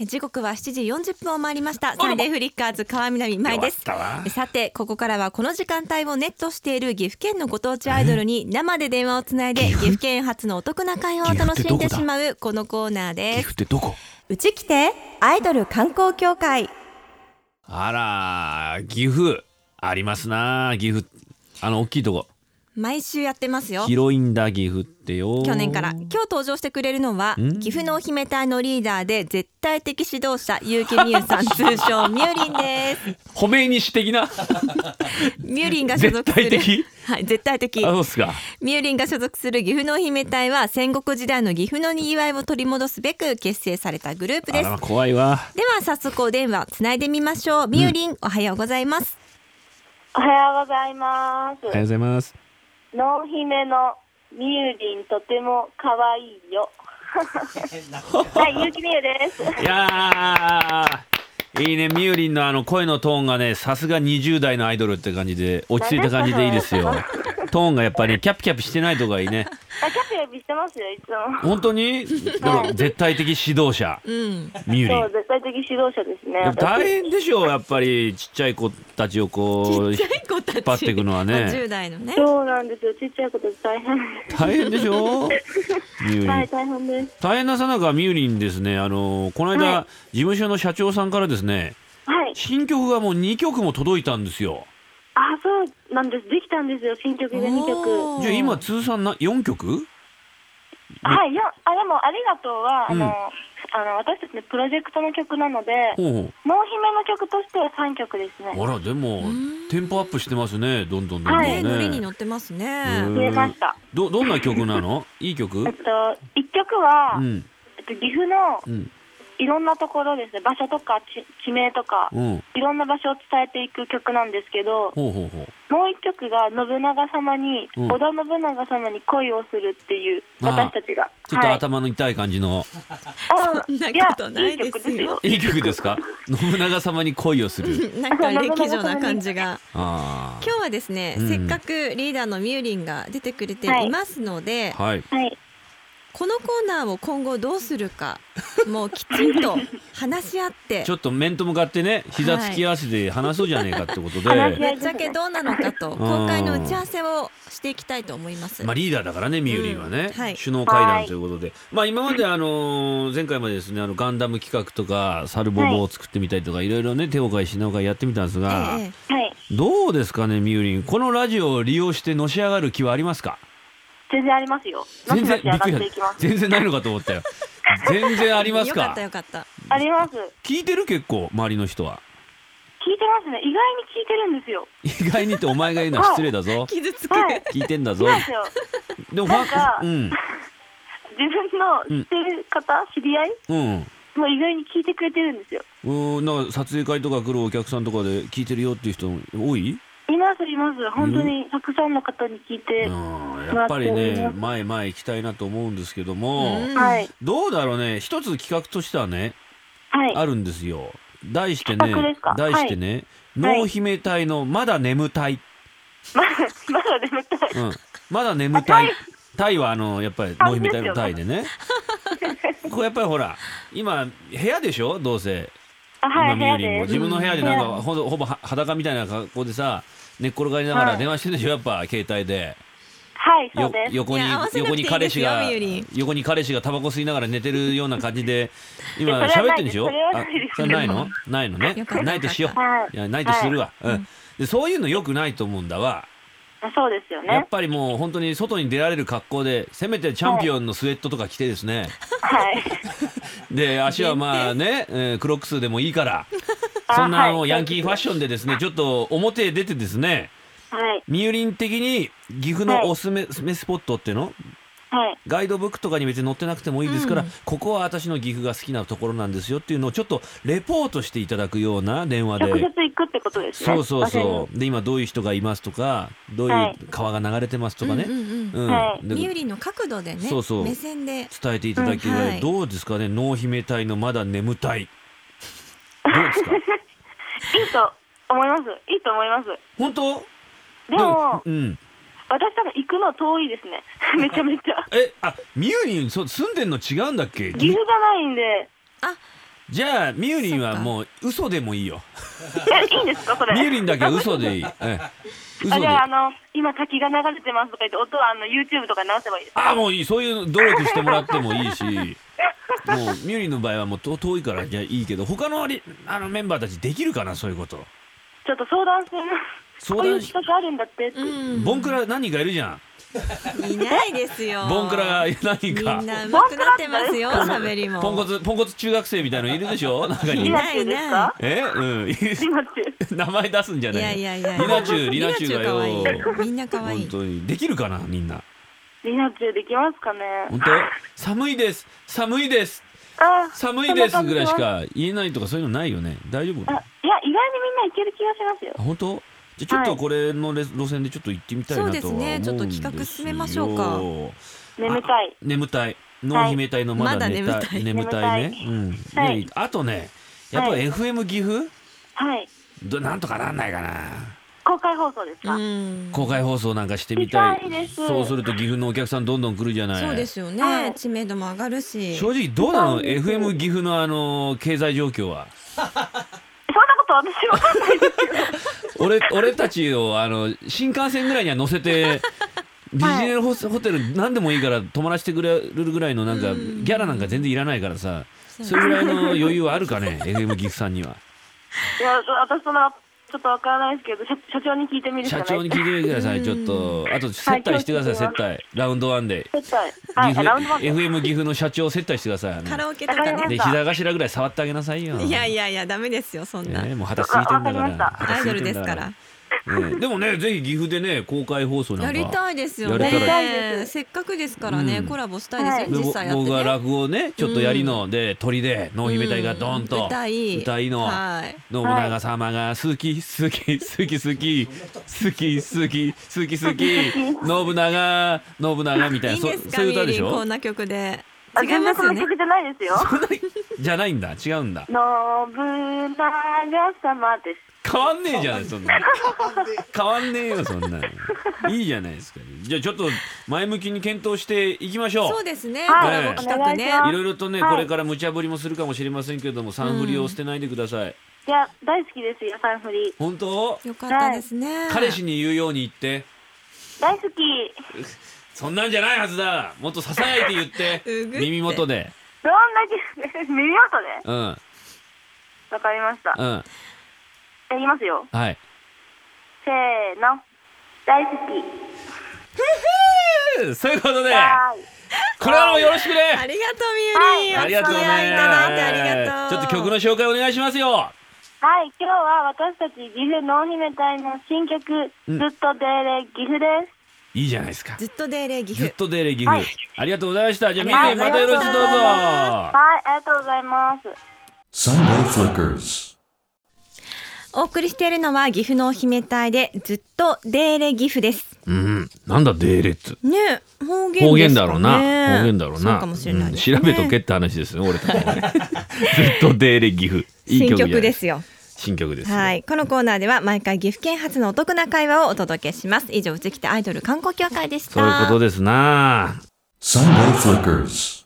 え時刻は7時40分を回りましたらまサンデーフリッカーズ川南舞です弱ったわさてここからはこの時間帯をネットしている岐阜県のご当地アイドルに生で電話をつないで岐阜県発のお得な会話を楽しんでしまうこのコーナー岐です阜ってどこうち来てアイドル観光協会あら岐阜ありますな岐阜あの大きいとこ毎週やってますよ広いんだ岐阜ってよ去年から今日登場してくれるのは岐阜のお姫隊のリーダーで絶対的指導者結城美優さん通称ミューリンです褒めにし的なミューリンが所属する絶対的はい絶対的あそうっすかミューリンが所属する岐阜のお姫隊は戦国時代の岐阜のにぎわいを取り戻すべく結成されたグループあですらま怖いわでは早速お電話つないでみましょうミューリン、おはようございますおはようございおはよまうす。ございますノン姫のみゆりんとても可愛いよ。はい、ゆうきみゆです。いやーいいねみゆりんのあの声のトーンがねさすが20代のアイドルって感じで落ち着いた感じでいいですよトーンがやっぱり、ね、キャピキャピしてないとこがいいねあ、キャピキャピしてますよ、いつも。本当にだから絶対的指導者うんみゆりんそう、絶対的指導者ですね。やっぱ大私変でしょうやっぱりちっちゃい子たちをこうちっちゃい子たち引っ張っていくのはね10代のねそうなんですよ、ちっちゃいこと大変。大変でしょうみゆりんはい、大変です。大変なさなかみゆりんですねあのこの間、は事務所の社長さんからですねはい。新曲がもう2曲も届いたんですよあ、そうなんです。できたんですよ、新曲が2お曲。ーじゃあ今通算な4曲はい、よあ、でも、ありがとうは、あうんの、あの私たちのプロジェクトの曲なので、ほうほうノン姫の曲としては3曲ですね。あらでもんテンポアップしてますねどんどんどんどんはねね、ノリに乗ってますねうん増えました。どどんな曲なのいい曲えっと、1曲は、うんえっと、岐阜のうんいろんなところですね、場所とか地地名とか、うんいろんな場所を伝えていく曲なんですけど、ほうほうほうもう一曲が信長様に、うん織田信長様に恋をするっていう、あー私たちが。ちょっとはい頭の痛い感じの、あそんなやことないですよい曲ですよ。いい曲で すか信長様に恋をするなんか歴女な感じがあ今日はですね、うんせっかくリーダーのミューリンが出てくれていますので、あはいはい、このコーナーを今後どうするかもうきちんと話し合って ちょっと面と向かってね膝つき合わせて話そうじゃねえかってことで、はいぶっちゃけどうなのかとん今回の打ち合わせをしていきたいと思います。まあ、リーダーだからねみゆりんはね、うんはい首脳会談ということで、まあ、今まで、あのー前回までですねあのガンダム企画とかサルボボを作ってみたりとか、い、ろいろね手を変え品を変えやってみたんですが、ええはい、どうですかねみゆりんこのラジオを利用してのし上がる気はありますか全然ありますよ。の全ち然びのち上っがくっりていきしたます。全然ないのかと思ったよ全然ありますよかかったよかった。あります。聞いてる結構周りの人は聞いてますね。意外に聞いてるんですよ。意外にってお前が言うのは失礼だぞ傷つく。はい、聞いてんだそぞうなんですよ。でもファなんかうん自分の知ってる方、知り合いうんも意外に聞いてくれてるんですよ。うんなんか撮影会とか来るお客さんとかで聞いてるよっていう人多いいますいます本当にたくさんの方に聞いて、うんやっぱりね前へ前へ行きたいなと思うんですけども、うんはいどうだろうね一つ企画としてはねはいあるんですよ題して企画ねですか題してね「はい濃姫隊のまだ眠たい」 まだまだ眠たいうん、まだ眠たいあタイ。タイはあのやっぱりあ濃姫隊のタイで ね。これやっぱりほら今部屋でしょどうせ。あは今い部みゆ屋りんもです自分の部屋でなんうんかほぼほぼは裸みたいな格好でさ寝っ転がりながはらい電話してるでしょやっぱ携帯で。はいそうよです横にいや合わせなく横ていいにですよ彼氏がみゆりん横に彼氏がタバコ吸いながら寝てるような感じ で今そ喋っれはてるんでしょないですそれあそれはないですはないのないのねよかったないとしよよう、はいい、やないとするわ、うん、でそういうのよくないと思うんだわあそうですよやっねぱりもう本当に外に出られる格好でせめてチャンピオンのスウェットとか着てですね、はいで足はま あね、えークロックスでもいいから あそんなあのはいヤンキーファッションでですねちょっと表へ出てですねはいみゆりん的に岐阜のおすすめ,、スポットっていうのはいガイドブックとかに別に載ってなくてもいいですから、うんここは私の岐阜が好きなところなんですよっていうのをちょっとレポートしていただくような電話で直接行くってことですねそうそう場所そうで今どういう人がいますとかどういうはい川が流れてますとかね、うんうんうんうんはいでミューリンの角度でね、そうそう目線で。伝えていただける、うんはいどうですかね濃姫隊のまだ眠たいどうですかにいいと思いますいいと思います本当でもうん私多分行くの遠 いですねめちゃめちゃえあみゆりんそう住んでんの違うんだっけ 岐阜がないんであ、じゃあみゆりんはもう嘘でもいいよえ、いいんですかそれ。みゆりんだけは嘘でいい、ええ、あ嘘じでゃあ、ああの、今滝が流れてますとか言って、音はあの YouTube とかに直せばいいですかもういいそういう努力してもらってもいいしもうみゆりんの場合はもうと遠いからじゃあいいけど他のりあのメンバーたちできるかなそういうことちょっと相談してみます。相こうい談うし企画あるんだってって。うんボンクラ何人かいるじゃんいないですよボンクラが何みんかな上手くなってますよ喋りもポンコツポンコツ中学生みたいのいるでしょ中いにない今中ですかえうん い今中。名前出すんじゃいないやいやいやリナチュリナチュがよリナチュ可愛いみんな可愛本い当にできるかなみんな今中できますかね本当寒いです寒いですあ寒いですぐらいし。そんな感か言えないとかそういうのないよね大丈夫じはあいや、意外にみんないける気がしますよあ。本当じゃあちょっとこれのレ路線でちょっと行ってみたいなとは思うんですよそうですねちょっと企画進めましょうか眠たい。眠たい脳姫体のまだ寝たまだ眠たいい眠たいねうんはでいあとねやっぱはい FM 岐阜はい。どなんとかなんないかな公開放送ですか、うん公開放送なんかしてみたいしたいですそうすると岐阜のお客さんどんどん来るじゃないそうですよはねい知名度も上がるし正直どうなのそうです FM 岐阜のあの経済状況はそんなこと私わ かんないです。俺俺たちをあの新幹線ぐらいには乗 せてビジネスホスホテル何でもいいから泊まらせてくれるぐらいのなんうかギんャラなんか全然いらないからさうそれぐらいの余裕はあるかね FM 岐阜さんにはいや、私そんな、ちょっとわからないですけど、社社長に聞いてみるしか社ない。長に聞いてみてくださいうんちょっとあと接待してください接はい待ラウンドワンで絶対。は岐い、阜ラウンドバック。 FM 岐阜の社長を接待してくださいあのカラオケとかわかねでり膝頭ぐらい触ってあげなさいよいやいやいやダメですよそんなねもう二十歳過ぎてんだかわかりまらしたアイドルです二十歳過ぎてんかだらねでもねぜひ岐阜でね公開放送なんやかりたいですよやりたいねせっかくですからうねんコラボしたいですでよぼ実際やって僕がね落語をねちょっとやりので鳥で濃姫隊がドンうんと歌い歌いのはい信長様が好き好き好き好き好き好き好き好き信長信長みたいいないんそですかそういミう歌ーでリしンこょんな曲であ違いますよ全然そんなね曲じゃないですよ。じゃないんだ違うんだ信長様です。変わんねえじゃないそんな変わんねえよそんないいじゃないですかじゃあちょっと前向きに検討していきましょうそうですねコはいラボ企画ねお願いしまいろいろとね、はいこれから無茶ぶりもするかもしれませんけれども、三振りを捨てないでください。いや、大好きですよ、サンフリ。本当、よかったですね彼氏に言うように言って、大好き。そんなんじゃないはずだ。もっとささやいて言って、 うぐって耳元で、どんだけ、 耳元で。うん、わかりました。うん、やりますよ。はい。せーの。大好き。そういうことで、はーい。これからもよろしくあね。りがとうミューリンありがとうおね。付き合いいただいてありがとうちょっと曲の紹介お願いしますよ。はい、今日は私たち岐阜濃姫隊の新曲、うんずっとデーレ岐阜です。いいじゃないですか。ずっとデーレー岐ずっ阜とデーレギフ、はいありがとうございました。じゃあ、みんはないまたよろしくどうぞ。はい、ありがとうございます。 Sunday Flickers. お送りしているのは岐阜のお姫隊でずっとデーレー岐阜ですうん、なんだデーレって。ねえ方言ですかね方言だろうな、方言だろうなそうかもしれないですねうん調べとけって話ですね俺た ちもねずっとデーレ岐阜いい新曲じゃない曲ですよ新曲です、はい、このコーナーでは毎回岐阜県発のお得な会話をお届けします。以上、うちきてアイドル観光協会でした。そういうことですな Sunday Flickers.